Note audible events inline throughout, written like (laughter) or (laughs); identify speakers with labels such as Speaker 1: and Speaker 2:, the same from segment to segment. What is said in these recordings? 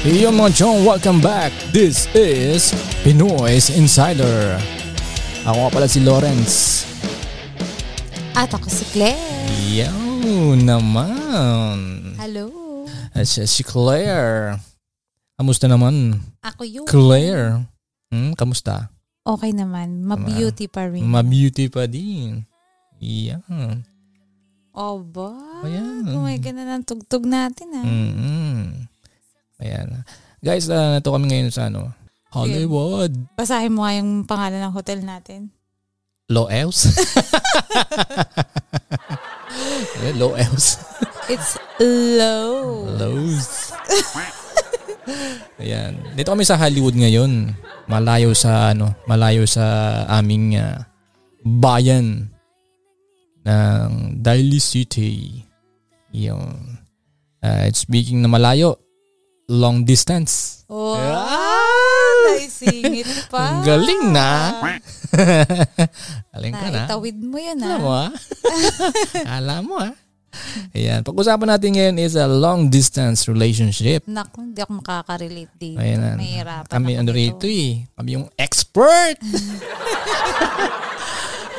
Speaker 1: Yo Monchong, welcome back! This is Pinoy's Insider. Ako nga pala si Lawrence.
Speaker 2: At ako si Claire.
Speaker 1: Yo naman!
Speaker 2: Hello.
Speaker 1: At siya si Claire. Kamusta naman?
Speaker 2: Ako yun.
Speaker 1: Claire. Hmm, kamusta?
Speaker 2: Okay naman. Ma-beauty pa rin.
Speaker 1: Ma-beauty pa din. Yan.
Speaker 2: Oba. Oh
Speaker 1: Ayan.
Speaker 2: Kumaga na ng tugtog natin ah.
Speaker 1: Mm. Mm-mm. Ayan. Guys, ah, nato kami ngayon sa ano? Hollywood.
Speaker 2: Basahin mo nga yung pangalan ng hotel natin.
Speaker 1: Loels? (laughs) Ayan, Loels.
Speaker 2: It's low.
Speaker 1: Lows. Ayan. Dito kami sa Hollywood ngayon. Malayo sa ano, malayo sa aming ah, bayan ng Daly City. Yun. Ah, speaking na malayo, long distance.
Speaker 2: Wow.
Speaker 1: Ah!
Speaker 2: Naisingit pa.
Speaker 1: Ang galing na.
Speaker 2: (laughs)
Speaker 1: galing ka na.
Speaker 2: Naitawid mo yun
Speaker 1: Alam mo
Speaker 2: ah.
Speaker 1: ah.
Speaker 2: (laughs)
Speaker 1: Alam mo ah. Ayan. Pag-usapan natin ngayon is a long distance relationship.
Speaker 2: Naku, hindi ako makaka-relate dito.
Speaker 1: Ayan na.
Speaker 2: Mahirapan
Speaker 1: Kami
Speaker 2: ako
Speaker 1: ano
Speaker 2: dito.
Speaker 1: rito eh. Kami yung
Speaker 2: (laughs)
Speaker 1: expert.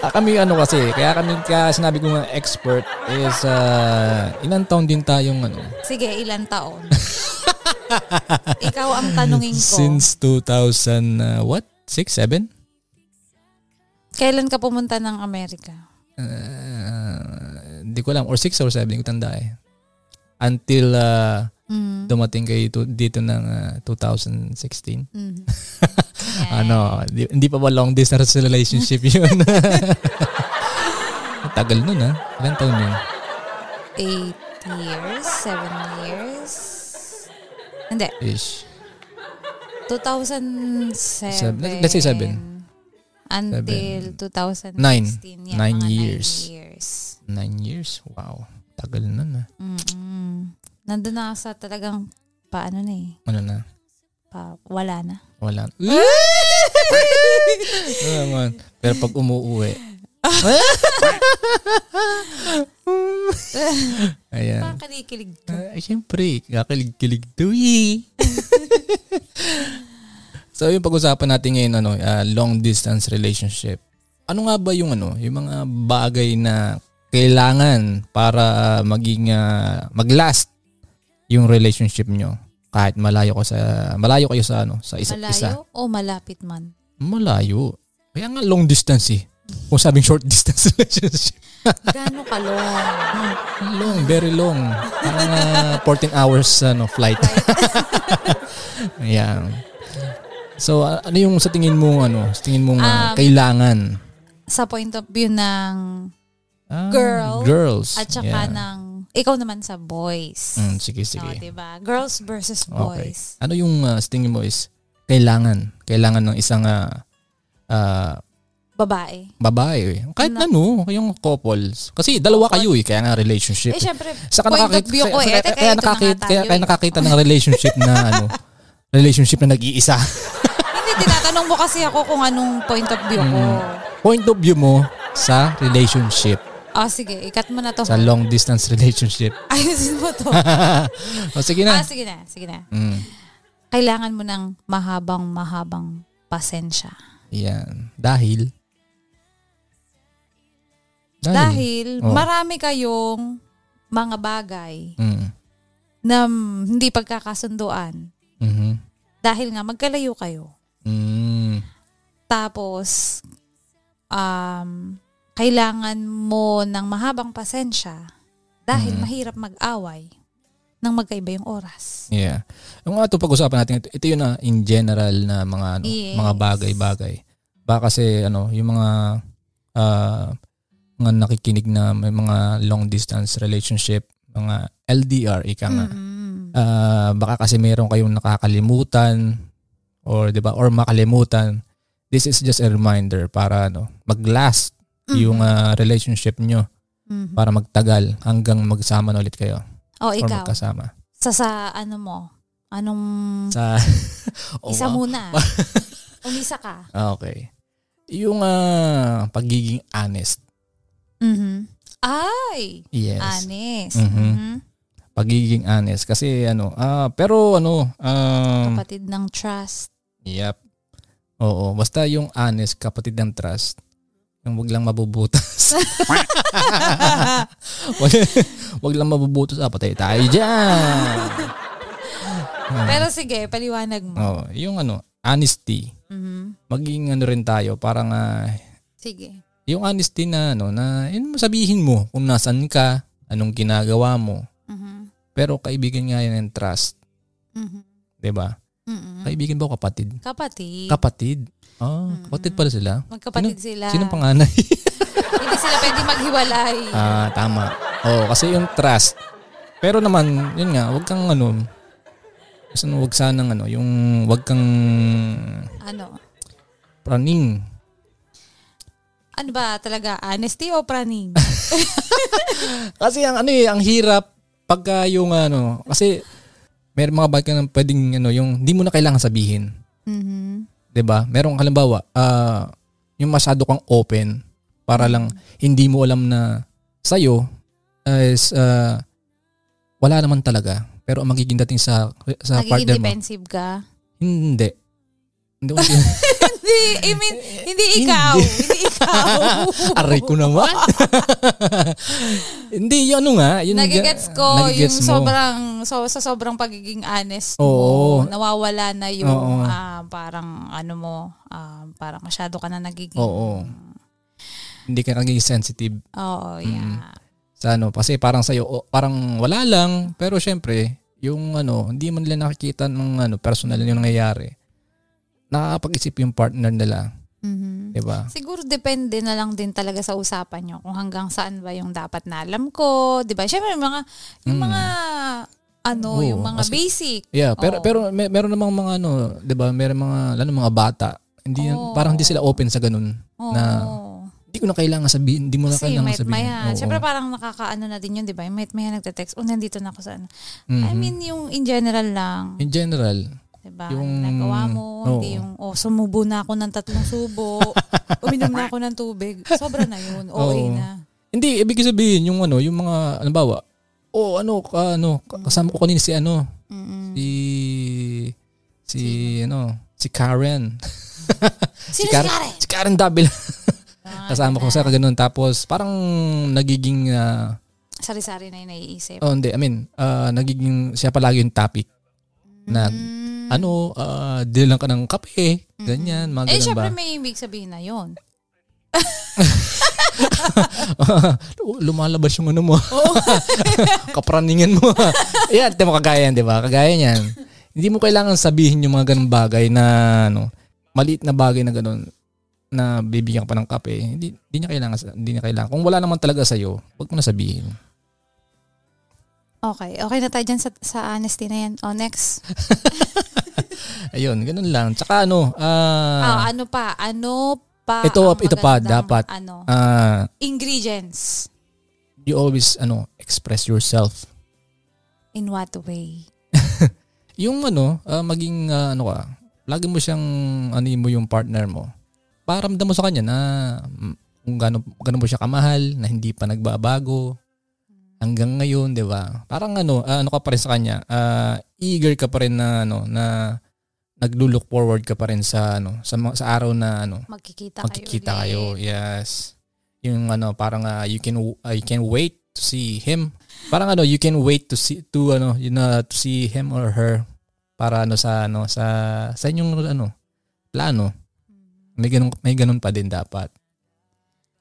Speaker 1: Ah, kami ano kasi, kaya kami kaya sinabi ko nga expert is ah, ilang taon din tayong ano
Speaker 2: Sige, ilan taon? Ikaw ang tanungin ko.
Speaker 1: since 2000 ah, what? 6 7?
Speaker 2: Kailan ka pumunta ng Amerika?
Speaker 1: Ah, Hindi ko alam or 6 or 7 hindi ko tanda eh. Until ah,
Speaker 2: Mm.
Speaker 1: dumating kayo to- dito ng ah, 2016.
Speaker 2: (laughs) Mhm.
Speaker 1: Ano, di- hindi pa ba long distance relationship (laughs) yun? Tagal nun ha. Ilang taon yun?
Speaker 2: Eight years? Seven years? Hindi.
Speaker 1: Ish.
Speaker 2: 2007.
Speaker 1: Seven. Let's say seven.
Speaker 2: Until 2016.
Speaker 1: Nine.
Speaker 2: Yeah,
Speaker 1: Nine
Speaker 2: mga
Speaker 1: years.
Speaker 2: Nine years.
Speaker 1: Nine years? Wow. Tagal nun ah. ha.
Speaker 2: Mm-mm. Nandun na ako sa talagang paano na eh.
Speaker 1: Ano na?
Speaker 2: Pa, wala
Speaker 1: (laughs)
Speaker 2: na.
Speaker 1: Wala. Ano naman? Pero pag umuwi. Ayan.
Speaker 2: Parang kinikilig ka.
Speaker 1: Ah, Siyempre, kakalig-kilig to eh. (laughs) so yung pag-usapan natin ngayon, ano, ah, long distance relationship. Ano nga ba yung ano, yung mga bagay na kailangan para maging ah, maglast yung relationship nyo kahit malayo ko sa malayo kayo sa ano sa isa't
Speaker 2: Malayo
Speaker 1: isa.
Speaker 2: o malapit man.
Speaker 1: Malayo. Kaya nga long distance eh. Kung sabing short (laughs) distance relationship.
Speaker 2: Gano'ng kalong?
Speaker 1: Long, very long. Parang ah, 14 hours ano, flight. Ayan. So a- ano yung sa tingin mo ano, sa tingin mong ah,
Speaker 2: Um,
Speaker 1: kailangan?
Speaker 2: (laughs) sa point of view ng
Speaker 1: Ah,
Speaker 2: girl
Speaker 1: girls.
Speaker 2: at
Speaker 1: Yeah.
Speaker 2: saka ng ikaw naman sa boys.
Speaker 1: Mm, sige,
Speaker 2: No,
Speaker 1: sige.
Speaker 2: diba? Girls versus
Speaker 1: Okay.
Speaker 2: boys.
Speaker 1: Ano yung ah, sa tingin mo is kailangan? Kailangan ng isang ah, ah,
Speaker 2: Babae.
Speaker 1: babae. Eh. Kahit
Speaker 2: Na-
Speaker 1: ano, yung couples. Kasi dalawa kayo eh, kaya nga relationship.
Speaker 2: Eh, syempre,
Speaker 1: Saka
Speaker 2: point
Speaker 1: nakakita,
Speaker 2: of view ko
Speaker 1: kaya,
Speaker 2: eh.
Speaker 1: kaya,
Speaker 2: Kaya,
Speaker 1: kaya
Speaker 2: ito na
Speaker 1: nakakita,
Speaker 2: nga
Speaker 1: kaya,
Speaker 2: tayo
Speaker 1: kaya
Speaker 2: eh.
Speaker 1: nakakita ng relationship
Speaker 2: (laughs)
Speaker 1: na ano, relationship na nag-iisa.
Speaker 2: Hindi, tinatanong mo kasi ako kung anong point of view ko.
Speaker 1: Point of view mo sa relationship,
Speaker 2: Ah, sige, ikat mo na to.
Speaker 1: sa long distance relationship.
Speaker 2: Ayusin mo
Speaker 1: (laughs)
Speaker 2: to.
Speaker 1: o sige na.
Speaker 2: ah, sige na, sige na.
Speaker 1: Mm,
Speaker 2: Kailangan mo ng mahabang, mahabang pasensya.
Speaker 1: yan. Dahil?
Speaker 2: Dahil
Speaker 1: Oo.
Speaker 2: marami kayong mga bagay
Speaker 1: Mm,
Speaker 2: na mm, hindi pagkakasunduan.
Speaker 1: mhm,
Speaker 2: Dahil nga, magkalayo kayo.
Speaker 1: mm,
Speaker 2: Tapos, um, kailangan mo ng mahabang pasensya dahil
Speaker 1: Mm.
Speaker 2: mahirap mag-away ng magkaiba yung oras.
Speaker 1: yeah. Yung nga ito, pag-usapan natin, ito, ito yun na in general na mga ano,
Speaker 2: Yes.
Speaker 1: mga bagay-bagay. Baka kasi ano, yung mga ah, mga nakikinig na may mga long distance relationship, mga LDR, ika nga.
Speaker 2: Mm-mm.
Speaker 1: Ah, baka kasi meron kayong nakakalimutan or 'di ba or makalimutan. This is just a reminder para ano, maglast
Speaker 2: Mm-hmm.
Speaker 1: yung uh, ah, relationship nyo
Speaker 2: Mhm.
Speaker 1: para magtagal hanggang magsama na ulit kayo
Speaker 2: O
Speaker 1: or
Speaker 2: ikaw,
Speaker 1: magkasama.
Speaker 2: sa sa ano mo, anong
Speaker 1: Sa (laughs) Oh,
Speaker 2: isa
Speaker 1: wow. (laughs)
Speaker 2: muna? Umisa ka.
Speaker 1: Ah, Okay. Yung ah, pagiging honest.
Speaker 2: Mhm. Ay,
Speaker 1: Yes.
Speaker 2: honest.
Speaker 1: Mhm.
Speaker 2: Mhm.
Speaker 1: Pagiging honest kasi ano, ah pero ano, um,
Speaker 2: Kapatid ng trust.
Speaker 1: Yep. Oo, basta yung honest, kapatid ng trust, yung wag lang
Speaker 2: (laughs)
Speaker 1: mabubutas. wag, wag lang mabubutas, ah, patay tayo dyan. Mm.
Speaker 2: Pero sige, paliwanag mo.
Speaker 1: Oo, yung ano, honesty.
Speaker 2: Mhm.
Speaker 1: Maging ano rin tayo, parang ah,
Speaker 2: Sige.
Speaker 1: yung honesty na ano, na yun, sabihin mo kung nasan ka, anong ginagawa mo.
Speaker 2: Mhm.
Speaker 1: Pero kaibigan nga yan ng trust,
Speaker 2: Mhm.
Speaker 1: 'di ba?
Speaker 2: Mhm.
Speaker 1: Kaibigan ba o kapatid?
Speaker 2: Kapatid.
Speaker 1: Kapatid. Ah,
Speaker 2: Mm.
Speaker 1: kapatid pala sila.
Speaker 2: Magkapatid sila.
Speaker 1: Sino panganay?
Speaker 2: Hindi sila pwede maghiwalay.
Speaker 1: Ah, tama. Oo, kasi yung trust. Pero naman, yun nga, wag kang ano, basta wag sanang ano, yung wag kang
Speaker 2: ano?
Speaker 1: praning.
Speaker 2: Ano ba talaga? Honesty o
Speaker 1: (laughs)
Speaker 2: praning?
Speaker 1: Kasi ang ano eh, ang hirap pagka yung ano, kasi may mga bagay na pwedeng ano, yung hindi mo na kailangan sabihin.
Speaker 2: mhm
Speaker 1: 'di ba? Merong halimbawa, ah yung masyado kang open para lang hindi mo alam na sa'yo is ah, wala naman talaga. Pero ang magiging dating sa sa
Speaker 2: Nagiging
Speaker 1: Ah, partner mo,
Speaker 2: defensive ka? (laughs)
Speaker 1: hindi. Hindi. ko-
Speaker 2: Hindi, I mean, hindi ikaw.
Speaker 1: Hindi.
Speaker 2: hindi ikaw.
Speaker 1: Aray ko naman. (laughs) hindi, yun ano nga. (laughs) Yun,
Speaker 2: Nagigets ko
Speaker 1: nagigets
Speaker 2: yung
Speaker 1: mo.
Speaker 2: sobrang so, sa sobrang pagiging honest
Speaker 1: Oo.
Speaker 2: mo, nawawala na yung
Speaker 1: Oo.
Speaker 2: ah, parang ano mo, ah, parang masyado ka na nagiging
Speaker 1: Oo. Hindi ka naging sensitive
Speaker 2: Oo, yeah.
Speaker 1: sa ano kasi parang sa'yo oh, parang wala lang pero syempre yung ano hindi man nila nakikita ng ano personal yung nangyayari nakakapag-isip yung partner nila
Speaker 2: Mhm.
Speaker 1: di ba
Speaker 2: Siguro depende na lang din talaga sa usapan nyo kung hanggang saan ba yung dapat na alam ko, 'di ba? Syempre yung mga yung
Speaker 1: Mm.
Speaker 2: mga ano,
Speaker 1: Oo,
Speaker 2: yung mga
Speaker 1: kasi-
Speaker 2: basic.
Speaker 1: yeah pero
Speaker 2: Oo.
Speaker 1: pero may, meron namang mga ano di ba meron mga lalo mga bata hindi
Speaker 2: Oo.
Speaker 1: parang hindi sila open sa ganun
Speaker 2: Oo.
Speaker 1: Na- hindi ko na kailangan sabihin hindi mo na
Speaker 2: Kasi
Speaker 1: kailangan
Speaker 2: may
Speaker 1: sabihin
Speaker 2: maya.
Speaker 1: Oo.
Speaker 2: Syempre parang nakakaano na din yun, 'di ba? May maya nagte-text, "Oh, nandito na ako sa ano."
Speaker 1: Mhm.
Speaker 2: I mean, yung in general lang,
Speaker 1: in general
Speaker 2: 'di ba?
Speaker 1: yung-
Speaker 2: Yung nagawa mo, hindi
Speaker 1: oo.
Speaker 2: yung oh, sumubo na ako ng tatlong
Speaker 1: (laughs)
Speaker 2: subo, uminom na ako ng tubig. Sobra na yun.
Speaker 1: Oo.
Speaker 2: OA na.
Speaker 1: Hindi, ibig sabihin yung ano, yung mga, ano ba, oh, ano, ka, ano, ka- kasama ko kanina si ano,
Speaker 2: Mm-mm.
Speaker 1: si, si, ano, si Karen.
Speaker 2: Sino si
Speaker 1: Karen-
Speaker 2: Karen?
Speaker 1: Si Karen Davila.
Speaker 2: Ah,
Speaker 1: Kasama ko sa ganun. Tapos, parang nagiging, ah,
Speaker 2: Sari-sari na yung naiisip.
Speaker 1: oh, hindi, I mean, ah, nagiging, siya palagi yung topic. Na,
Speaker 2: Mm.
Speaker 1: ano, ah, deal lang ka ng kape, ganyan, mga
Speaker 2: Eh,
Speaker 1: ganun ano ba?
Speaker 2: syempre may ibig sabihin na yun.
Speaker 1: Lumalabas yung ano mo. (laughs) Kapraningan mo. Ayan, di mo kagaya yan, di ba? Kagaya yan. Hindi mo kailangan sabihin yung mga ganun bagay na, ano, maliit na bagay na ganun na bibigyan ka pa ng kape. Hindi, hindi niya kailangan, sa- hindi niya kailangan. Kung wala naman talaga sa'yo, huwag mo na sabihin.
Speaker 2: Okay. Okay na tayo dyan sa, sa honesty na yan. Oh, next.
Speaker 1: Ayun, ganun lang. Tsaka ano, ah,
Speaker 2: Ah, ano pa? Ano pa?
Speaker 1: Ito,
Speaker 2: ang
Speaker 1: ito pa,
Speaker 2: magandang,
Speaker 1: dapat.
Speaker 2: Ano?
Speaker 1: ah,
Speaker 2: Ingredients.
Speaker 1: you always, ano, express yourself.
Speaker 2: In what way?
Speaker 1: Yung ano, ah, maging, ah, ano ka, lagi mo siyang, ano mo yung partner mo. Paramdam mo sa kanya na mm, kung gano'n gano mo siya kamahal, na hindi pa nagbabago, hanggang ngayon, di ba? Parang ano, ah, ano ka pa rin sa kanya, ah, eager ka pa rin na, ano, na naglulook forward ka pa rin sa, ano, sa, mga- sa araw na, ano,
Speaker 2: Magkikita,
Speaker 1: magkikita
Speaker 2: kayo.
Speaker 1: kayo.
Speaker 2: ulit.
Speaker 1: Yes. Yung ano, parang ah, you can ah, you can wait to see him. Parang ano, you can wait to see to ano, you know, to see him or her para ano sa ano sa sa inyong ano plano.
Speaker 2: Hmm.
Speaker 1: May ganun may ganun pa din dapat.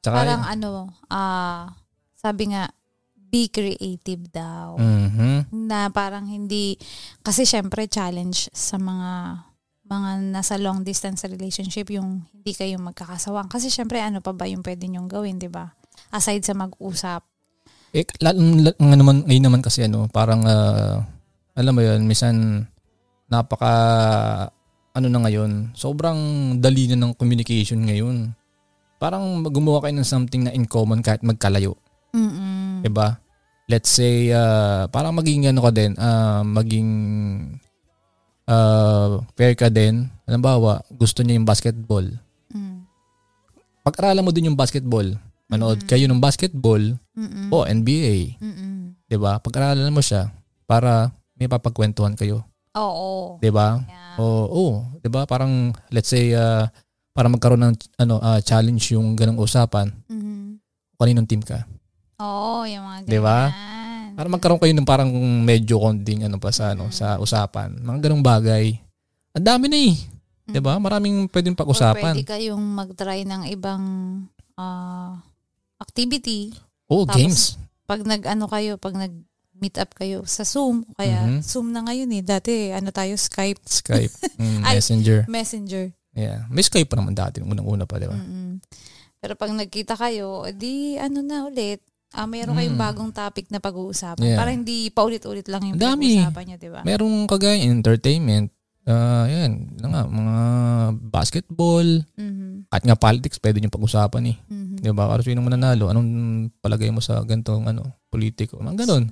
Speaker 1: Tsaka,
Speaker 2: Parang ano, ah, sabi nga, be creative daw.
Speaker 1: Mhm.
Speaker 2: na parang hindi kasi syempre challenge sa mga mga nasa long distance relationship yung hindi kayo magkakasawang kasi syempre ano pa ba yung pwede niyong gawin 'di ba aside sa mag-usap
Speaker 1: Eh, lalo, lalo, nga naman, ngayon naman kasi ano, parang, ah, alam mo yun, minsan, napaka, ano na ngayon, sobrang dali na ng communication ngayon. Parang gumawa kayo ng something na in common kahit magkalayo,
Speaker 2: mm
Speaker 1: 'di ba? Let's say, ah, parang maging ano ka din, ah, maging ah, fair ka din. Halimbawa, gusto niya yung basketball
Speaker 2: mm
Speaker 1: pag-aralan mo din yung basketball. Manood kayo ng basketball
Speaker 2: mm
Speaker 1: o NBA,
Speaker 2: mm
Speaker 1: 'di ba? Diba? Pag-aralan mo siya. para may papagkwentuhan kayo,
Speaker 2: Oo.
Speaker 1: 'di ba?
Speaker 2: Yeah.
Speaker 1: Oo, oo, 'di ba? Parang let's say ah, para magkaroon ng ano ah, challenge yung ganung usapan,
Speaker 2: Mhm.
Speaker 1: kaninong team ka?
Speaker 2: Oo, yung mga ganyan.
Speaker 1: Di ba? Para magkaroon kayo ng parang medyo konting ano pa sa ano sa usapan. Mga ganung bagay. Ang dami na eh. 'Di ba? Maraming pwedeng
Speaker 2: Or
Speaker 1: pag-usapan.
Speaker 2: Mm. pwede kayong mag-try ng ibang ah, activity.
Speaker 1: Oh,
Speaker 2: Tapos,
Speaker 1: games.
Speaker 2: Pag nag-ano kayo, pag nag-meet up kayo sa Zoom, kaya
Speaker 1: Mhm.
Speaker 2: Zoom na ngayon eh. Dati, ano tayo, Skype,
Speaker 1: Skype,
Speaker 2: (laughs)
Speaker 1: mm,
Speaker 2: Ay.
Speaker 1: Messenger.
Speaker 2: Messenger.
Speaker 1: Yeah. May Skype pa naman dati, nung unang-una pa, diba? 'di ba?
Speaker 2: Mm-mm. Pero pag nagkita kayo, di ano na ulit, ah, meron kayong
Speaker 1: Mm.
Speaker 2: bagong topic na pag-uusapan.
Speaker 1: Yeah.
Speaker 2: Para hindi paulit-ulit lang yung
Speaker 1: Ang dami.
Speaker 2: pag-uusapan nyo, di ba?
Speaker 1: Merong kagaya entertainment, ah, yan, yun nga, mga basketball,
Speaker 2: Mhm.
Speaker 1: at nga politics, pwede nyo pag-usapan eh.
Speaker 2: Mhm.
Speaker 1: Di ba? Kasi sinong mananalo, anong palagay mo sa ganitong ano, politiko? Mga ganun.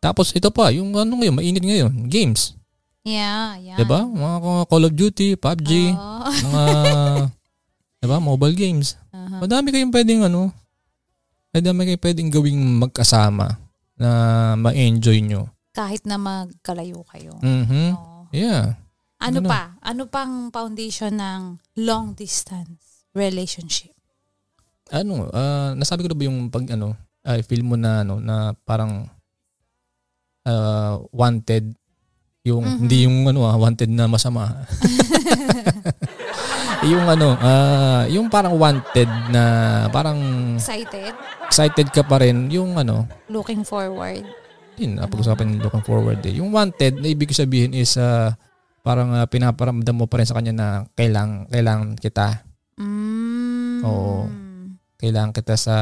Speaker 1: Tapos ito pa, yung ano ngayon, mainit ngayon, games.
Speaker 2: Yeah, yeah.
Speaker 1: Di ba? Mga ka- Call of Duty, PUBG,
Speaker 2: Oo. (laughs)
Speaker 1: mga, di ba, mobile games.
Speaker 2: Aha.
Speaker 1: Madami kayong pwedeng ano, madami kayong pwedeng gawing magkasama na ma-enjoy nyo.
Speaker 2: Kahit na magkalayo kayo.
Speaker 1: Mhm.
Speaker 2: Oo.
Speaker 1: Yeah.
Speaker 2: Ano
Speaker 1: Ano?
Speaker 2: pa? Ano pang foundation ng long distance relationship?
Speaker 1: Mm. ano, ah, nasabi ko na ba yung pag ano, ay feel mo na ano na parang ah, wanted yung
Speaker 2: Mhm.
Speaker 1: hindi yung ano ah, wanted na masama. (laughs) yung ano, ah, yung parang wanted na parang
Speaker 2: Excited?
Speaker 1: excited ka pa rin yung ano,
Speaker 2: Looking forward?
Speaker 1: yun, napag-usapan yung looking forward eh. Yung wanted na ibig sabihin is ah, parang ah, pinaparamdam mo pa rin sa kanya na kailang kailangan kita,
Speaker 2: Mm.
Speaker 1: Oo. kailangan kita sa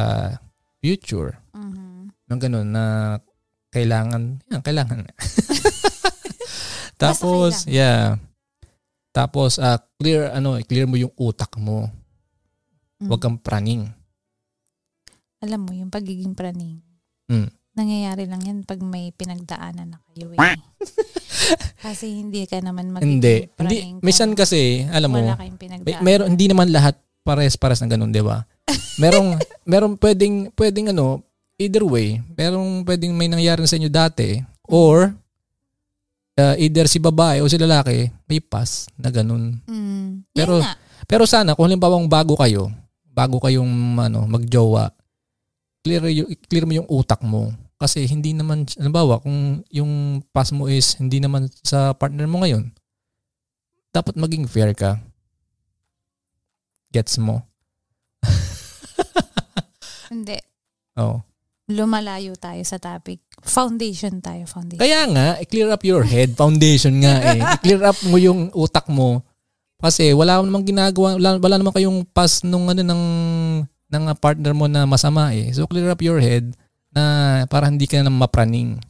Speaker 1: future.
Speaker 2: Mhm.
Speaker 1: ng ganun na kailangan, yan,
Speaker 2: (laughs)
Speaker 1: kailangan.
Speaker 2: Basta
Speaker 1: Tapos,
Speaker 2: kailangan.
Speaker 1: yeah. Tapos, ah, clear, ano, clear mo yung utak mo.
Speaker 2: Hmm. Mm.
Speaker 1: Huwag kang praning.
Speaker 2: Alam mo, yung pagiging praning.
Speaker 1: Mm.
Speaker 2: Nangyayari lang yan pag may pinagdaanan na kayo eh.
Speaker 1: (laughs)
Speaker 2: Kasi hindi ka naman magiging
Speaker 1: Hindi. Hindi,
Speaker 2: praning. kung
Speaker 1: minsan kasi, alam mo,
Speaker 2: Wala kayong
Speaker 1: may,
Speaker 2: pinagdaanan.
Speaker 1: meron, hindi naman lahat pares-pares ng ganun, di
Speaker 2: (laughs)
Speaker 1: ba? Merong, merong pwedeng, pwedeng ano, either way, merong pwedeng may nangyari na sa inyo dati, or, ah, either si babae o si lalaki, may pass na ganun.
Speaker 2: Mm. Yan
Speaker 1: Pero-
Speaker 2: nga.
Speaker 1: Pero sana kung halimbawa bago kayo, bago kayong ano, magjowa, clear y- clear mo yung utak mo kasi hindi naman halimbawa kung yung pass mo is hindi naman sa partner mo ngayon. Dapat maging fair ka. Gets mo?
Speaker 2: Hindi.
Speaker 1: Oh.
Speaker 2: Lumalayo tayo sa topic. Foundation tayo, foundation.
Speaker 1: Kaya nga, clear up your head, foundation nga
Speaker 2: (laughs)
Speaker 1: eh. clear up mo yung utak mo. Kasi wala namang ginagawa, wala, wala naman kayong pass nung ano ng ng uh, partner mo na masama eh. So clear up your head na para hindi ka na mapraning.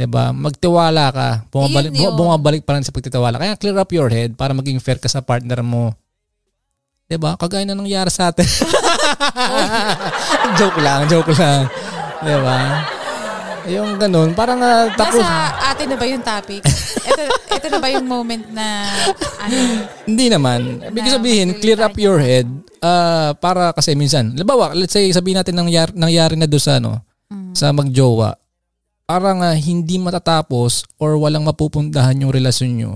Speaker 1: 'Di ba? Magtiwala ka. Bumabalik
Speaker 2: Ayun yun.
Speaker 1: bu- bumabalik pa rin sa pagtitiwala. Kaya clear up your head para maging fair ka sa partner mo. 'Di ba? Kagaya na nangyari sa atin. (laughs) joke lang, joke lang. 'Di ba? Yung ganun, parang uh, tapos
Speaker 2: Nasa atin na ba yung topic? ito, ito na ba yung moment na ano?
Speaker 1: Hindi naman. Ibig
Speaker 2: Na
Speaker 1: sabihin,
Speaker 2: magsalita
Speaker 1: clear up
Speaker 2: niya.
Speaker 1: your head ah, para kasi minsan, labawa, let's say sabihin natin nangyari, nangyari na doon sa, ano,
Speaker 2: Mm.
Speaker 1: sa magjowa, parang ah, hindi matatapos or walang mapupuntahan yung relasyon nyo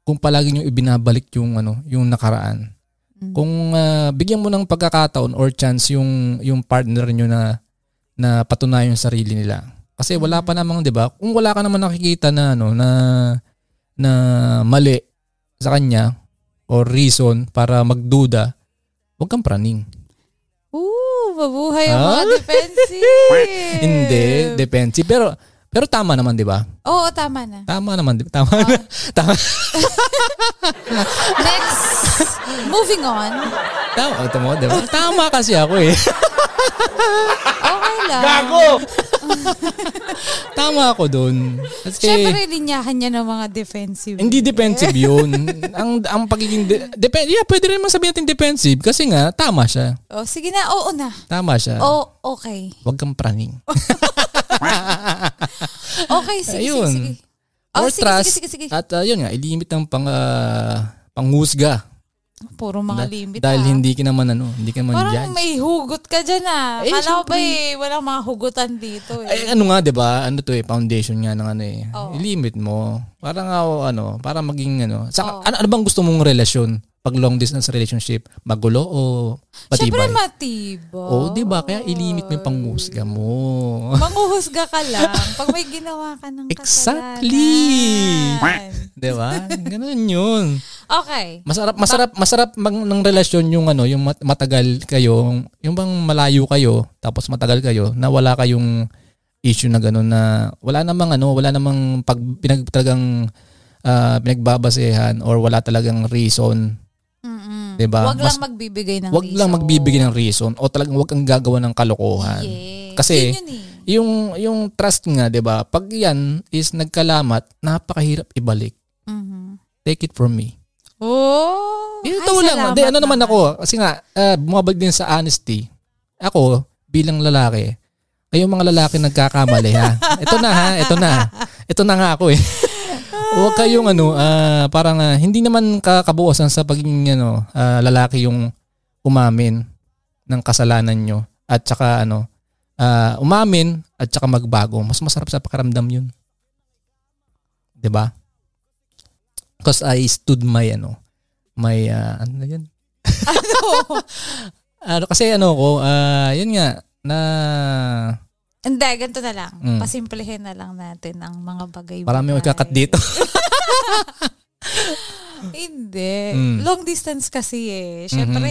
Speaker 1: kung palagi nyo ibinabalik yung, ano, yung nakaraan.
Speaker 2: Mm.
Speaker 1: Kung ah, bigyan mo ng pagkakataon or chance yung, yung partner nyo na, na patunayan yung sarili nila. Kasi wala
Speaker 2: Mm.
Speaker 1: pa namang, di ba? Kung wala ka naman nakikita na, ano, na, na mali sa kanya, or reason para magduda, huwag kang praning.
Speaker 2: Ooh, mabuhay ang mga
Speaker 1: Ah?
Speaker 2: defensive. Eh.
Speaker 1: Hindi, defensive. Pero, pero tama naman, di ba?
Speaker 2: Oo, tama na.
Speaker 1: Tama naman, di ba? Tama.
Speaker 2: Ah.
Speaker 1: na. (laughs) tama.
Speaker 2: Next, moving on.
Speaker 1: Tama. Ito mo, di ba? Tama kasi ako eh.
Speaker 2: Okay lang.
Speaker 1: (laughs) Tama ako dun. Kasi,
Speaker 2: Siyempre, eh. linyahan niya ng mga defensive.
Speaker 1: Eh. hindi defensive yun. ang, ang pagiging, de- depen- yeah, pwede rin naman sabihin natin defensive kasi nga, tama siya.
Speaker 2: Oh, sige na, oo na.
Speaker 1: Tama siya.
Speaker 2: Oh, okay.
Speaker 1: Huwag kang praning.
Speaker 2: Okay, sige,
Speaker 1: Ayun.
Speaker 2: sige, sige. Oh,
Speaker 1: Or
Speaker 2: sige,
Speaker 1: trust.
Speaker 2: sige, sige, sige.
Speaker 1: At uh, yun nga, ilimit ng pang, ah, panghusga
Speaker 2: Puro mga limit.
Speaker 1: Dahil
Speaker 2: ah.
Speaker 1: hindi ka naman ano, hindi ka naman
Speaker 2: Parang
Speaker 1: judge.
Speaker 2: may hugot ka dyan ah.
Speaker 1: Eh,
Speaker 2: Kala ko ba
Speaker 1: syempre.
Speaker 2: eh, walang mga hugutan dito eh.
Speaker 1: Ay, ano nga, 'di ba? Ano 'to eh, foundation nga ng ano eh.
Speaker 2: Oo.
Speaker 1: I-limit mo. Para nga o, ano, para maging ano. Saka,
Speaker 2: Oo.
Speaker 1: ano, ano bang gusto mong relasyon? Pag long distance relationship, magulo o patibay?
Speaker 2: Siyempre matibay.
Speaker 1: Oo, 'di ba? Kaya i-limit mo 'yung pangusga mo. (laughs)
Speaker 2: Manguhusga ka lang pag may ginawa ka ng
Speaker 1: Exactly.
Speaker 2: kasalanan.
Speaker 1: 'Di ba? Ganun 'yun.
Speaker 2: Okay.
Speaker 1: Masarap masarap masarap mag, ng relasyon yung ano, yung mat- matagal kayo, yung bang malayo kayo tapos matagal kayo na wala kayong issue na gano'n na wala namang ano, wala namang pag pinag talagang ah, pinagbabasehan or wala talagang reason.
Speaker 2: Mm-mm.
Speaker 1: 'Di ba?
Speaker 2: Wag
Speaker 1: Diba? Mas-
Speaker 2: lang magbibigay ng
Speaker 1: Huwag lang
Speaker 2: reason.
Speaker 1: magbibigay ng reason o talagang huwag kang gagawa ng kalokohan.
Speaker 2: Yes.
Speaker 1: Kasi-
Speaker 2: Yun yun eh.
Speaker 1: Yung yung trust nga, 'di ba? Pag 'yan is nagkalamat, napakahirap ibalik.
Speaker 2: Mhm.
Speaker 1: Take it from me.
Speaker 2: Oh.
Speaker 1: Ay,
Speaker 2: ay,
Speaker 1: Ito lang.
Speaker 2: salamat
Speaker 1: Di, ano naman
Speaker 2: naman.
Speaker 1: ako, kasi nga, uh, bumabag din sa honesty. Ako, bilang lalaki, kayong mga lalaki nagkakamali
Speaker 2: (laughs)
Speaker 1: ha. Ito na ha, ito na. Ito na nga ako eh. Huwag kayong ano, ah, parang ah, hindi naman kakabuosan sa pagiging ano, ah, lalaki yung umamin ng kasalanan nyo at saka ano, ah, umamin at saka magbago. Mas masarap sa pakiramdam yun. 'Di ba? Because I stood my ano, my ah, ano
Speaker 2: (laughs)
Speaker 1: na yun?
Speaker 2: Ano?
Speaker 1: Ano kasi ano ko, ah, yun nga na
Speaker 2: Hindi, ganito na lang.
Speaker 1: Mm.
Speaker 2: Pasimplehin na lang natin ang mga bagay.
Speaker 1: parang may magkakat dito. (laughs)
Speaker 2: Hindi.
Speaker 1: Mm. Mm-hmm.
Speaker 2: Long distance kasi eh. Siyempre,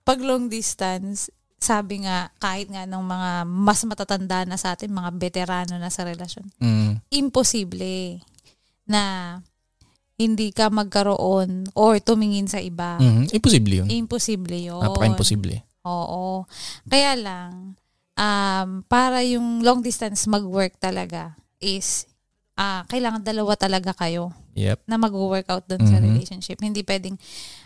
Speaker 2: pag long distance, sabi nga, kahit nga ng mga mas matatanda na sa atin, mga veterano na sa relasyon,
Speaker 1: mm.
Speaker 2: imposible na hindi ka magkaroon or tumingin sa iba.
Speaker 1: Mhm. Imposible yun.
Speaker 2: Imposible yun.
Speaker 1: Napaka-imposible.
Speaker 2: Oo. Kaya lang, um, para yung long distance mag-work talaga is ah kailangan dalawa talaga kayo
Speaker 1: Yep.
Speaker 2: na mag-work out dun sa
Speaker 1: Mhm.
Speaker 2: relationship. Hindi pwedeng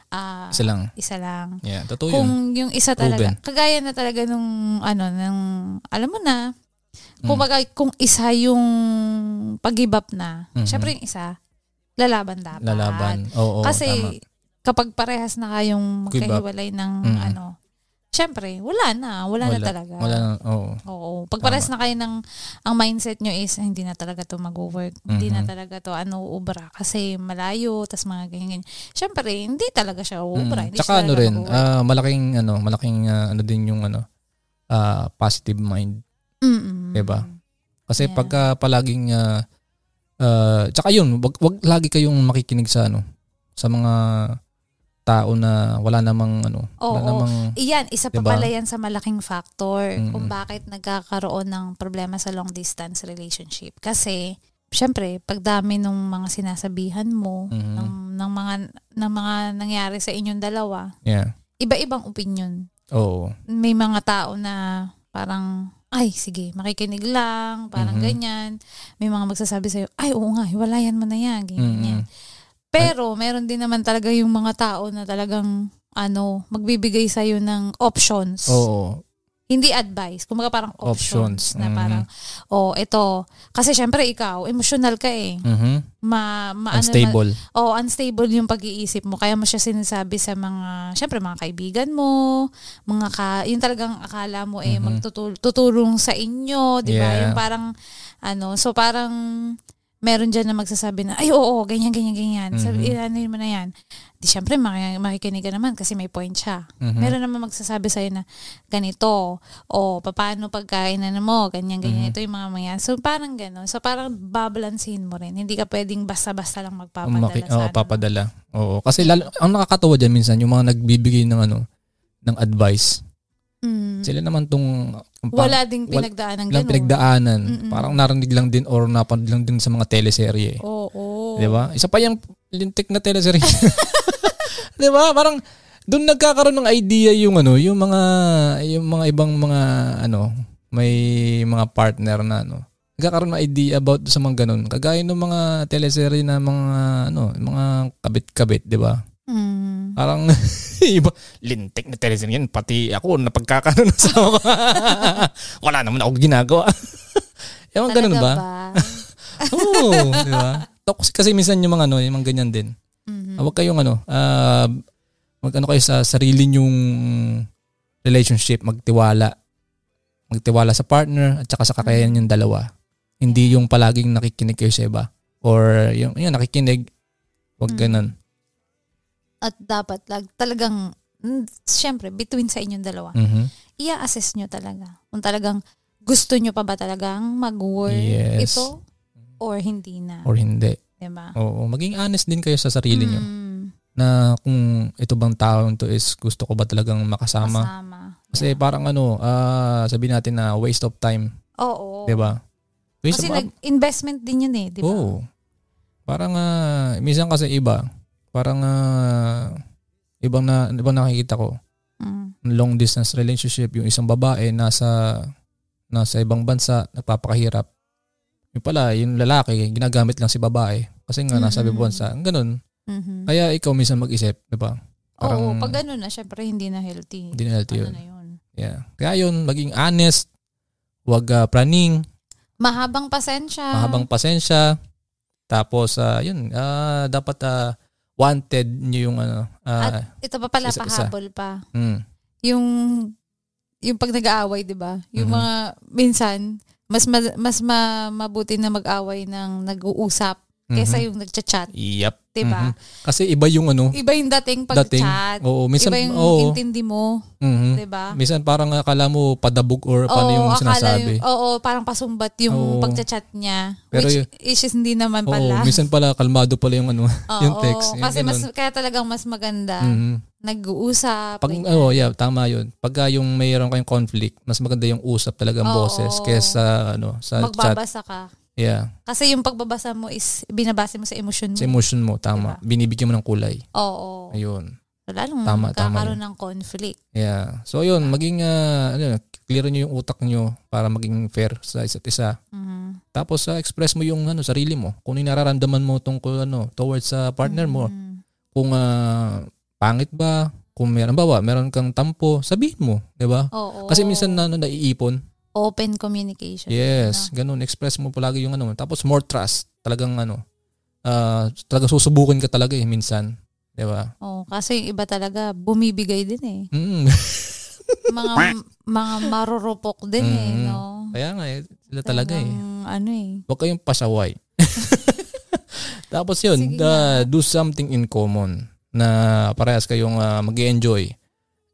Speaker 2: ah,
Speaker 1: Isa lang.
Speaker 2: isa lang.
Speaker 1: Yeah, totoo Oh, yun.
Speaker 2: Kung yung isa talaga,
Speaker 1: Proven.
Speaker 2: kagaya na talaga nung ano, nung, alam mo na,
Speaker 1: Mm.
Speaker 2: kung, kung isa yung pag-give up na,
Speaker 1: Mhm.
Speaker 2: syempre yung isa, lalaban dapat.
Speaker 1: Lalaban. Oo, oo,
Speaker 2: Kasi
Speaker 1: tama.
Speaker 2: kapag parehas na kayong
Speaker 1: Give up.
Speaker 2: magkahiwalay ng
Speaker 1: Mm.
Speaker 2: ano, syempre, wala na. Wala, na talaga.
Speaker 1: Wala na. Oo.
Speaker 2: Oo. Pag parehas na kayo ng, ang mindset nyo is, "Ay, hindi na talaga to mag-work. Hindi na
Speaker 1: Mhm.
Speaker 2: talaga to ano, ubra. Kasi malayo, tas mga ganyan, ganyan. Syempre, hindi talaga siya ubra.
Speaker 1: Mm.
Speaker 2: Hindi
Speaker 1: Tsaka
Speaker 2: siya
Speaker 1: ano
Speaker 2: talaga
Speaker 1: rin,
Speaker 2: mag-work.
Speaker 1: ah, malaking ano, malaking ah, ano din yung ano, ah, positive mind.
Speaker 2: Mm-mm.
Speaker 1: diba? Kasi
Speaker 2: Yeah.
Speaker 1: pagka palaging ah, ah, tsaka yun, wag, wag lagi kayong makikinig sa ano, sa mga tao na wala namang ano, wala
Speaker 2: Oo.
Speaker 1: namang
Speaker 2: Iyan, isa pa
Speaker 1: Diba?
Speaker 2: pala yan sa malaking factor
Speaker 1: Mm-mm.
Speaker 2: kung bakit nagkakaroon ng problema sa long distance relationship. Kasi, syempre, pag dami ng mga sinasabihan mo,
Speaker 1: Mhm.
Speaker 2: ng, ng mga ng mga nangyari sa inyong dalawa,
Speaker 1: yeah.
Speaker 2: iba-ibang opinion.
Speaker 1: Oo.
Speaker 2: May mga tao na parang ay sige, makikinig lang, parang
Speaker 1: Mhm.
Speaker 2: ganyan. May mga magsasabi sa'yo, ay oo nga, hiwalayan mo na yan, ganyan,
Speaker 1: Mm-mm.
Speaker 2: ganyan. Pero meron din naman talaga yung mga tao na talagang ano, magbibigay sa ng options.
Speaker 1: Oo.
Speaker 2: Hindi advice, kumbaga parang options,
Speaker 1: Options,
Speaker 2: na
Speaker 1: mhm.
Speaker 2: parang oh, ito kasi syempre ikaw emotional ka eh.
Speaker 1: Mhm.
Speaker 2: Ma, ma Ano,
Speaker 1: Unstable.
Speaker 2: ma- oh, unstable yung pag-iisip mo kaya mo siya sinasabi sa mga syempre mga kaibigan mo, mga ka, yung talagang akala mo eh
Speaker 1: Mhm.
Speaker 2: magtutul- tutulong sa inyo, 'di ba?
Speaker 1: Yeah.
Speaker 2: Yung parang ano, so parang meron dyan na magsasabi na, ay oo, ganyan, ganyan, ganyan. Sabi,
Speaker 1: Mhm.
Speaker 2: ano mo na yan. Di syempre, maki- makikinig ka naman kasi may point siya.
Speaker 1: Mhm.
Speaker 2: Meron naman magsasabi sa'yo na ganito o paano pagkainan mo, ganyan,
Speaker 1: Mhm.
Speaker 2: ganyan. Ito yung mga mga yan. So parang gano'n. So parang babalansin mo rin. Hindi ka pwedeng basta-basta lang
Speaker 1: Ang
Speaker 2: magpapadala
Speaker 1: maki-
Speaker 2: sa
Speaker 1: oo,
Speaker 2: ano.
Speaker 1: papadala. Oo. Kasi lalo, ang nakakatawa dyan minsan, yung mga nagbibigay ng ano, ng advice.
Speaker 2: Mm.
Speaker 1: Sila naman tong ang pa-
Speaker 2: Wala ding
Speaker 1: wal-
Speaker 2: pinagdaan ng
Speaker 1: lang
Speaker 2: gano'n.
Speaker 1: pinagdaanan.
Speaker 2: Mm-mm.
Speaker 1: Parang narinig lang din or napanood lang din sa mga teleserye.
Speaker 2: Oo. Oh,
Speaker 1: 'Di ba? Isa pa yung lintik na teleserye. (laughs) 'Di ba? Parang doon nagkakaroon ng idea yung ano, yung mga yung mga ibang mga ano, may mga partner na ano. Nagkakaroon ng idea about sa mga ganun. Kagaya ng mga teleserye na mga ano, mga kabit-kabit, 'di ba?
Speaker 2: Mm.
Speaker 1: Parang (laughs) iba, lintik na television yan. Pati ako, napagkakano na sa ako. (laughs) Wala naman ako ginagawa. (laughs) Ewan ganun
Speaker 2: Talaga
Speaker 1: ba? (laughs) Oo, di ba? Toxic kasi minsan yung mga ano, yung mga ganyan din.
Speaker 2: Mhm.
Speaker 1: Ah, Huwag kayong ano, ah, Mag-ano kayo sa sarili nyong relationship, magtiwala. Magtiwala sa partner at saka sa
Speaker 2: Mm.
Speaker 1: kakayahan yung dalawa. Hindi yung palaging nakikinig kayo sa iba. Or yung, yun, nakikinig. Huwag
Speaker 2: Mm.
Speaker 1: ganun.
Speaker 2: At dapat lag, talagang, mm, syempre, between sa inyong dalawa,
Speaker 1: Mhm.
Speaker 2: i-assess nyo talaga. Kung talagang gusto nyo pa ba talagang mag-work
Speaker 1: Yes. Mm.
Speaker 2: ito or hindi na.
Speaker 1: Or hindi.
Speaker 2: diba?
Speaker 1: Oo, maging honest din kayo sa sarili nyo.
Speaker 2: Mm,
Speaker 1: Na kung ito bang taon to is gusto ko ba talagang makasama.
Speaker 2: kasama.
Speaker 1: Kasi parang ano, ah sabihin natin na waste of time,
Speaker 2: Oo.
Speaker 1: 'di ba? Waste
Speaker 2: Kasi
Speaker 1: of
Speaker 2: nag-investment din yun eh, di ba?
Speaker 1: Oo. Parang ah, minsan kasi iba, parang ah, ibang na ibang nakikita ko,
Speaker 2: Mm.
Speaker 1: long distance relationship, yung isang babae nasa nasa ibang bansa, nagpapakahirap. Yung pala, yung lalaki, ginagamit lang si babae kasi nga nasa ibang
Speaker 2: Mhm.
Speaker 1: bansa. Ganun.
Speaker 2: Mhm.
Speaker 1: Kaya ikaw minsan mag-isip, 'di ba?
Speaker 2: Oo,
Speaker 1: parang-
Speaker 2: pag gano'n na, syempre hindi na healthy.
Speaker 1: Hindi na healthy
Speaker 2: ano
Speaker 1: yun.
Speaker 2: na yun.
Speaker 1: Yeah. Kaya yun, maging honest, huwag ah, praning,
Speaker 2: Mahabang pasensya.
Speaker 1: mahabang pasensya. Tapos, ah, yun, ah, dapat ah, wanted nyo yung ano. ah,
Speaker 2: Ito pa pala,
Speaker 1: Isa-isa.
Speaker 2: pahabol pa.
Speaker 1: mm,
Speaker 2: Yung, yung pag nag-aaway, di ba? Yung
Speaker 1: Mhm.
Speaker 2: mga, minsan, mas ma- mas ma- mabuti na mag-away ng nag-uusap kaysa
Speaker 1: mhm.
Speaker 2: yung nagcha-chat,
Speaker 1: Yep.
Speaker 2: di
Speaker 1: Mhm.
Speaker 2: ba?
Speaker 1: Kasi iba yung ano.
Speaker 2: Iba yung dating pag-chat.
Speaker 1: oo, minsan,
Speaker 2: Iba yung
Speaker 1: oo,
Speaker 2: intindi mo,
Speaker 1: mhm.
Speaker 2: di ba?
Speaker 1: Minsan parang akala mo padabog or paano yung
Speaker 2: akala
Speaker 1: sinasabi.
Speaker 2: yung- Oo, parang pasumbat yung
Speaker 1: Oo.
Speaker 2: pagchat-chat niya.
Speaker 1: Pero
Speaker 2: which
Speaker 1: yun-
Speaker 2: is hindi naman
Speaker 1: Oo,
Speaker 2: pala. (laughs)
Speaker 1: minsan pala kalmado pala yung ano,
Speaker 2: Oo,
Speaker 1: yung text. Yung
Speaker 2: kasi mas,
Speaker 1: ganun.
Speaker 2: kaya talagang mas maganda.
Speaker 1: Mhm.
Speaker 2: Nag-uusap.
Speaker 1: Pag,
Speaker 2: ganyan.
Speaker 1: oh, yeah, tama yun. Pagka yung mayroon kayong conflict, mas maganda yung usap talaga ang
Speaker 2: Oo.
Speaker 1: boses kesa ano, sa chat.
Speaker 2: magbabasa ka.
Speaker 1: Yeah,
Speaker 2: Kasi yung pagbabasa mo is binabase mo sa emosyon mo.
Speaker 1: sa emotion mo, tama. Binibigyan mo ng kulay.
Speaker 2: Mm-hmm. Diba? Oo.
Speaker 1: Ayun.
Speaker 2: So, lalong
Speaker 1: Tama, tama
Speaker 2: magkakaroon ng conflict.
Speaker 1: Yeah. So yun,
Speaker 2: Diba?
Speaker 1: maging ah, ano, clear niyo yung utak niyo para maging fair sa isa't isa.
Speaker 2: Mhm.
Speaker 1: Tapos sa express mo yung ano sarili mo, kung ano yung nararamdaman mo tungkol ano towards sa partner mo,
Speaker 2: Mhm.
Speaker 1: kung ah, pangit ba, kung meron ba, meron kang tampo, sabihin mo, 'di ba?
Speaker 2: Oo.
Speaker 1: Kasi minsan na ano, naiipon.
Speaker 2: Open communication.
Speaker 1: Yes, ganun express mo palagi yung ano. Tapos more trust, talagang ano ah, talagang susubukin ka talaga eh minsan, 'di ba?
Speaker 2: Oo, kasi yung iba talaga bumibigay din eh.
Speaker 1: Mm.
Speaker 2: Mga
Speaker 1: (laughs)
Speaker 2: mga maruropok din eh,
Speaker 1: Mhm.
Speaker 2: no?
Speaker 1: Kaya nga eh, sila talaga eh.
Speaker 2: Talagang Ano eh.
Speaker 1: Huwag kayong pasaway. (laughs) Tapos yun,
Speaker 2: Sige
Speaker 1: uh, do something in common na parehas kayong uh, mag enjoy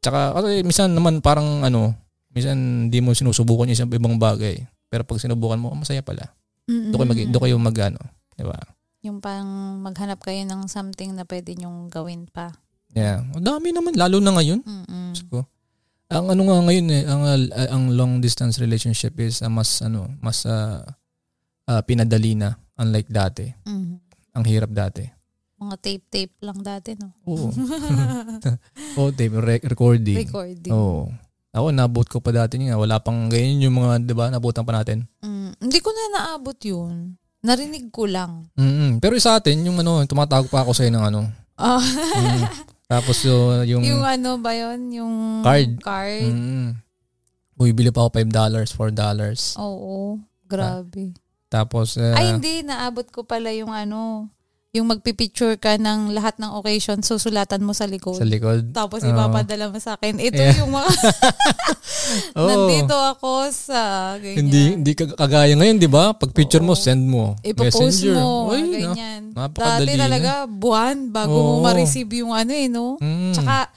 Speaker 1: Tsaka, kasi minsan naman parang ano, minsan hindi mo sinusubukan yung isang ibang bagay. Pero pag sinubukan mo, oh, masaya pala.
Speaker 2: Mm-mm.
Speaker 1: Doon kayo mag, doon kayo mag ano, di ba?
Speaker 2: Yung pang maghanap kayo ng something na pwede nyong gawin pa.
Speaker 1: Yeah. Ang dami naman, lalo na ngayon.
Speaker 2: Mm-mm.
Speaker 1: Diyos ko. Ang ano nga ngayon eh, ang, uh, ang long distance relationship is uh, mas ano, mas uh, uh, pinadali na unlike dati.
Speaker 2: Mhm.
Speaker 1: Ang hirap dati.
Speaker 2: Mga tape-tape lang dati,
Speaker 1: (laughs)
Speaker 2: no?
Speaker 1: Oo. oh, tape re- recording.
Speaker 2: Recording.
Speaker 1: Oo. Ako, nabot ko pa dati yun nga. Wala pang ganyan yung mga, di ba, nabutan pa natin.
Speaker 2: Mm, hindi ko na naabot yun. Narinig ko lang.
Speaker 1: mm Pero sa atin, yung ano, tumatawag pa ako sa'yo ng ano.
Speaker 2: Ah, (laughs)
Speaker 1: Mm. Tapos uh, yung,
Speaker 2: yung ano ba yun? Yung
Speaker 1: Card.
Speaker 2: card?
Speaker 1: mm Uy, bili pa ako $5, $4.
Speaker 2: Oo. Grabe.
Speaker 1: Tapos, uh,
Speaker 2: Ay, hindi. Naabot ko pala yung ano, yung magpipicture ka ng lahat ng occasion, susulatan mo sa likod.
Speaker 1: sa Ah. likod. Oo.
Speaker 2: Tapos ipapadala mo sa akin. Ito
Speaker 1: Yeah.
Speaker 2: yung mga,
Speaker 1: (laughs) Oo.
Speaker 2: (laughs) (laughs) nandito ako sa ganyan.
Speaker 1: Oh, Hindi, hindi ka- kagaya ngayon, di ba? Pag picture mo,
Speaker 2: Oo.
Speaker 1: send mo.
Speaker 2: Ipopost
Speaker 1: Messenger.
Speaker 2: mo, ano,
Speaker 1: Uy, no?
Speaker 2: ganyan.
Speaker 1: Napakadali
Speaker 2: Dati
Speaker 1: na.
Speaker 2: talaga, buwan bago mo
Speaker 1: Oo.
Speaker 2: ma-receive yung ano eh, no?
Speaker 1: Mm.
Speaker 2: Tsaka,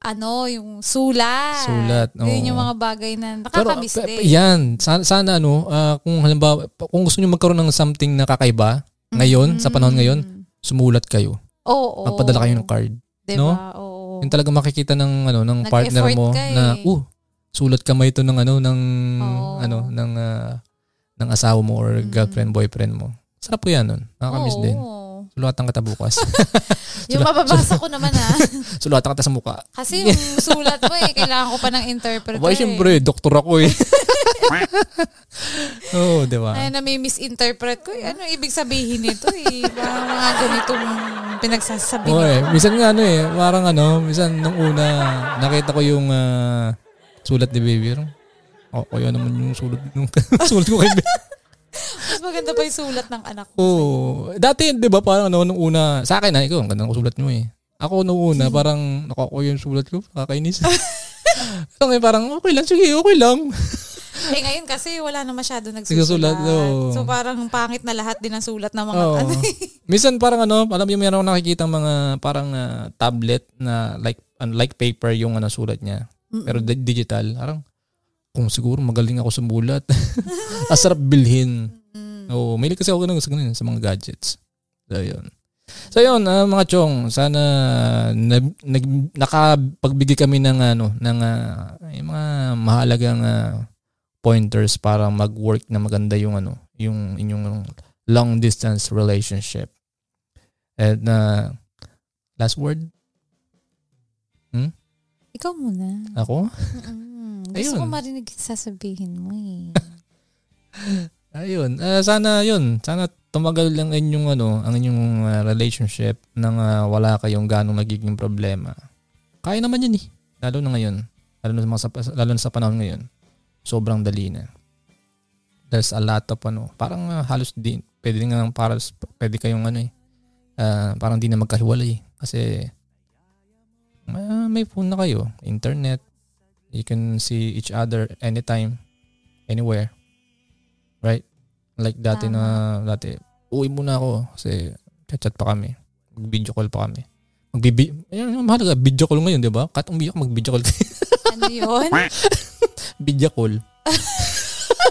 Speaker 2: ano, yung sulat.
Speaker 1: Sulat, oo.
Speaker 2: Yun yung mga bagay na nakakamiss
Speaker 1: pe- pe-
Speaker 2: din.
Speaker 1: Yan, sana, sana ano, ah, kung halimbawa, pa- kung gusto niyo magkaroon ng something na kakaiba, ngayon, sa panahon ngayon,
Speaker 2: Mm.
Speaker 1: sumulat kayo.
Speaker 2: Oo.
Speaker 1: Magpadala kayo ng card.
Speaker 2: Diba?
Speaker 1: no?
Speaker 2: Oo.
Speaker 1: Yung talaga makikita ng ano ng
Speaker 2: Nag-effort
Speaker 1: partner mo
Speaker 2: ka eh.
Speaker 1: na, uh, sulat ka ito ng ano ng
Speaker 2: Oo.
Speaker 1: ano ng ah, ng asawa mo or
Speaker 2: Mm.
Speaker 1: girlfriend, boyfriend mo. Sarap po yan nun. Nakakamiss
Speaker 2: Oo.
Speaker 1: din. Sulatan kita
Speaker 2: (laughs)
Speaker 1: bukas. (laughs)
Speaker 2: Yung mababasa ko naman ah.
Speaker 1: Sulatan kita sa mukha.
Speaker 2: Kasi yung sulat mo eh, kailangan ko pa ng interpreter.
Speaker 1: Abay, syempre, doktor
Speaker 2: (laughs)
Speaker 1: ako eh. (laughs) Oo, di
Speaker 2: Eh.
Speaker 1: ba?
Speaker 2: Ay, nami-misinterpret ko. Eh, ano ibig sabihin nito eh? Parang mga ganitong pinagsasabi
Speaker 1: Oo
Speaker 2: nito.
Speaker 1: eh. Minsan nga ano eh, parang ano, minsan nung una, nakita ko yung ah, sulat ni Baby. Parang, Oh, kaya naman yung sulat nung (laughs) sulat ko kay Baby.
Speaker 2: Mas maganda pa yung sulat ng anak ko.
Speaker 1: Oo. Dati, di ba, parang ano, nung una, sa akin na, ikaw, ang ganda ng sulat nyo eh. Ako noong una, parang nakakuha yung sulat ko, kakainis. (laughs) Ito ngayon parang, okay lang, sige, okay lang.
Speaker 2: Eh ngayon kasi wala na masyado
Speaker 1: Nagsusulat,
Speaker 2: nagsusulat.
Speaker 1: oo.
Speaker 2: So parang pangit na lahat din ang sulat ng mga
Speaker 1: Oo. (laughs)
Speaker 2: ano.
Speaker 1: Minsan parang ano, alam niyo meron akong nakikita mga parang ah, tablet na like an- like paper yung ano sulat niya.
Speaker 2: Mm-mm.
Speaker 1: Pero di- digital, parang kung siguro magaling ako sa (laughs) bulat. Asarap bilhin.
Speaker 2: Mm.
Speaker 1: Oo, may kasi ako ganun sa ganun sa mga gadgets. So yun. So yun, ah, mga chong, sana na, nag- nakapagbigay kami ng ano ng ah, yung mga mahalagang ah, pointers para mag-work na maganda yung ano, yung inyong long distance relationship. At na last word
Speaker 2: Ikaw muna.
Speaker 1: ako.
Speaker 2: Mm-mm.
Speaker 1: Ayun.
Speaker 2: Gusto ko marinig yung sasabihin mo eh.
Speaker 1: Ayun, ah, sana yun, sana tumagal lang inyong ano, ang inyong ah, relationship nang ah, wala kayong ganong nagiging problema. Kaya naman yun eh, lalo na ngayon, lalo na sa, mga, sa- lalo na sa panahon ngayon. Sobrang dali na. There's a lot of ano, parang ah, halos din, pwede nga lang para, pwede kayong ano eh, ah, parang di na magkahiwalay eh. kasi ah, may phone na kayo, internet, you can see each other anytime, anywhere. Right? Like dati
Speaker 2: Tama.
Speaker 1: na, dati, uwi muna ako kasi chat-chat pa kami. Mag-video call pa kami. Magbibi, ayun, yung mahalaga, video call ngayon, di ba? Kahit umiyak, mag-video call.
Speaker 2: Ano
Speaker 1: (laughs)
Speaker 2: yun?
Speaker 1: video call.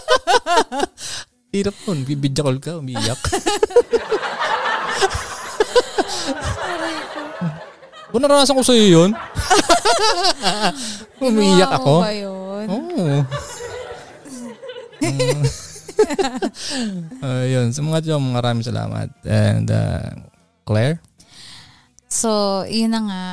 Speaker 1: (laughs) Hirap nun, bibidya call ka, umiyak.
Speaker 2: Aray ko.
Speaker 1: Kung naranasan ko sa'yo
Speaker 2: (laughs)
Speaker 1: yun, umiyak
Speaker 2: Ginawa mo
Speaker 1: ako.
Speaker 2: Ano ba yun? (laughs)
Speaker 1: Oo. Mm. Ayun, sa mga chom, maraming salamat. And uh, Claire?
Speaker 2: So, yun na nga.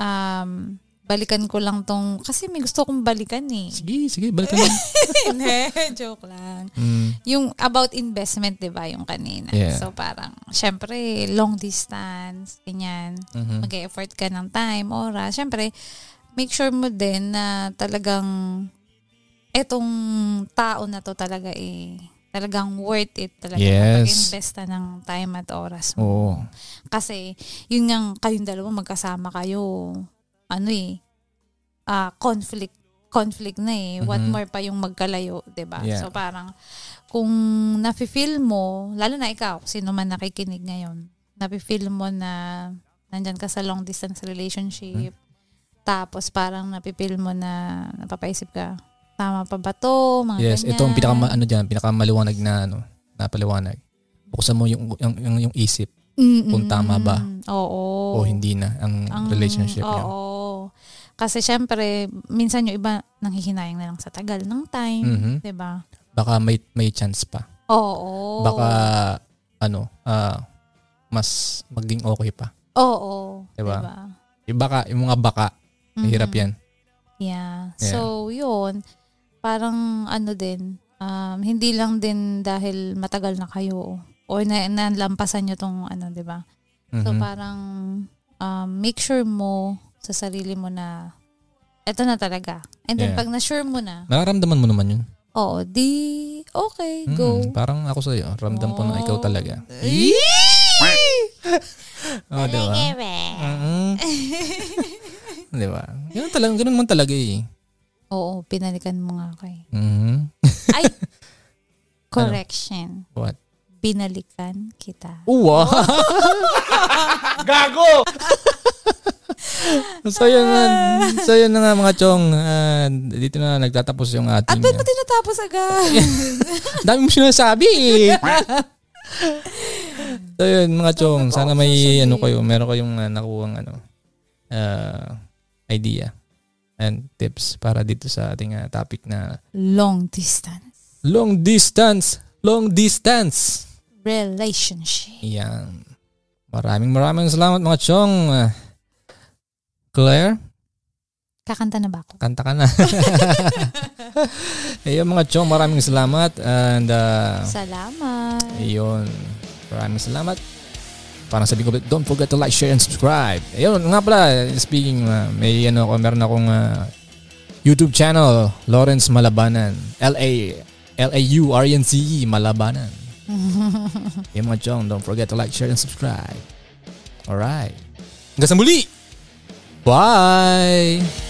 Speaker 2: Um, balikan ko lang tong... Kasi may gusto kong balikan eh.
Speaker 1: Sige, sige, balikan mo.
Speaker 2: (laughs) Hindi, joke lang.
Speaker 1: Mm.
Speaker 2: Yung about investment, di ba, yung kanina.
Speaker 1: Yeah.
Speaker 2: So, parang, syempre, long distance, ganyan.
Speaker 1: mhm.
Speaker 2: Mag-effort ka ng time, oras. Syempre, make sure mo din na talagang etong tao na to talaga eh, talagang worth it talaga.
Speaker 1: Yes.
Speaker 2: Mag-invest ka ng time at oras mo.
Speaker 1: Oo.
Speaker 2: Kasi, yun nga, kayong dalawa magkasama kayo, ano eh, ah, conflict conflict na eh. What
Speaker 1: Mhm.
Speaker 2: more pa yung magkalayo, 'di ba?
Speaker 1: Yeah.
Speaker 2: So parang kung nafi-feel mo, lalo na ikaw, sino man nakikinig ngayon, nafi-feel mo na nandyan ka sa long distance relationship,
Speaker 1: Hmm.
Speaker 2: tapos parang napi-feel mo na napapaisip ka, tama pa ba 'to? Mga
Speaker 1: Yes,
Speaker 2: ganyan.
Speaker 1: ito ang pinaka ano diyan, pinakamaliwanag na ano, napaliwanag. Buksan mo yung yung, yung, yung isip
Speaker 2: Mm-mm.
Speaker 1: kung tama ba
Speaker 2: Oo.
Speaker 1: o hindi na ang,
Speaker 2: Ang-
Speaker 1: relationship
Speaker 2: oo.
Speaker 1: niyo.
Speaker 2: Kasi syempre, minsan yung iba nanghihinayang na lang sa tagal ng time,
Speaker 1: Mhm.
Speaker 2: 'di ba?
Speaker 1: Baka may may chance pa.
Speaker 2: Oo.
Speaker 1: Baka ano, ah, mas maging okay pa.
Speaker 2: Oo.
Speaker 1: Diba?
Speaker 2: Diba?
Speaker 1: Yung baka, yung mga baka,
Speaker 2: Mm-hmm.
Speaker 1: mahirap yan.
Speaker 2: Yeah.
Speaker 1: Yeah.
Speaker 2: So, yun. Parang ano din, um, hindi lang din dahil matagal na kayo o na, nalampasan nyo tong ano, di ba? So,
Speaker 1: Mhm.
Speaker 2: parang um, make sure mo sa sarili mo na eto na talaga. And then,
Speaker 1: Yeah.
Speaker 2: pag na-sure mo na,
Speaker 1: Nararamdaman mo naman yun.
Speaker 2: oo, di, okay,
Speaker 1: Mm,
Speaker 2: go.
Speaker 1: Parang ako sa'yo, ramdam ko na ikaw
Speaker 2: Oh.
Speaker 1: talaga.
Speaker 2: Eee!
Speaker 1: (laughs) Oh, di ba?
Speaker 2: (laughs)
Speaker 1: Mhm. di ba? Ganun talaga, ganun man talaga eh.
Speaker 2: Oo, pinalikan mo nga ako eh.
Speaker 1: Mhm.
Speaker 2: Ay, correction.
Speaker 1: What?
Speaker 2: Binalikan kita.
Speaker 1: Uwa!
Speaker 3: Gago!
Speaker 1: (laughs) so yun na, so yun na nga mga chong, Ah, dito na nagtatapos yung ating...
Speaker 2: At ba't mo tinatapos agad?
Speaker 1: Dami mo sinasabi (laughs) eh. so yun mga chong, sana may ano kayo, meron kayong uh, nakuhang ano, ah, idea and tips para dito sa ating ah, topic na
Speaker 2: Long distance
Speaker 1: long distance, long distance.
Speaker 2: relationship.
Speaker 1: Yan. Maraming maraming salamat mga chong. Ah, Claire,
Speaker 2: Kakanta na ba ako?
Speaker 1: kanta ka na. Ayun mga chong, maraming salamat and ah,
Speaker 2: Salamat.
Speaker 1: Ayun. Maraming salamat. Parang sabi ko, don't forget to like, share, and subscribe. Ayun, nga pala, speaking, uh, may ano ako, meron akong uh, YouTube channel, Lawrence Malabanan. L-A, L-A-U-R-E-N-C-E, E, Malabanan. Yung mga chong, don't forget to like, share, and subscribe. Alright. Hanggang sa muli! Bye!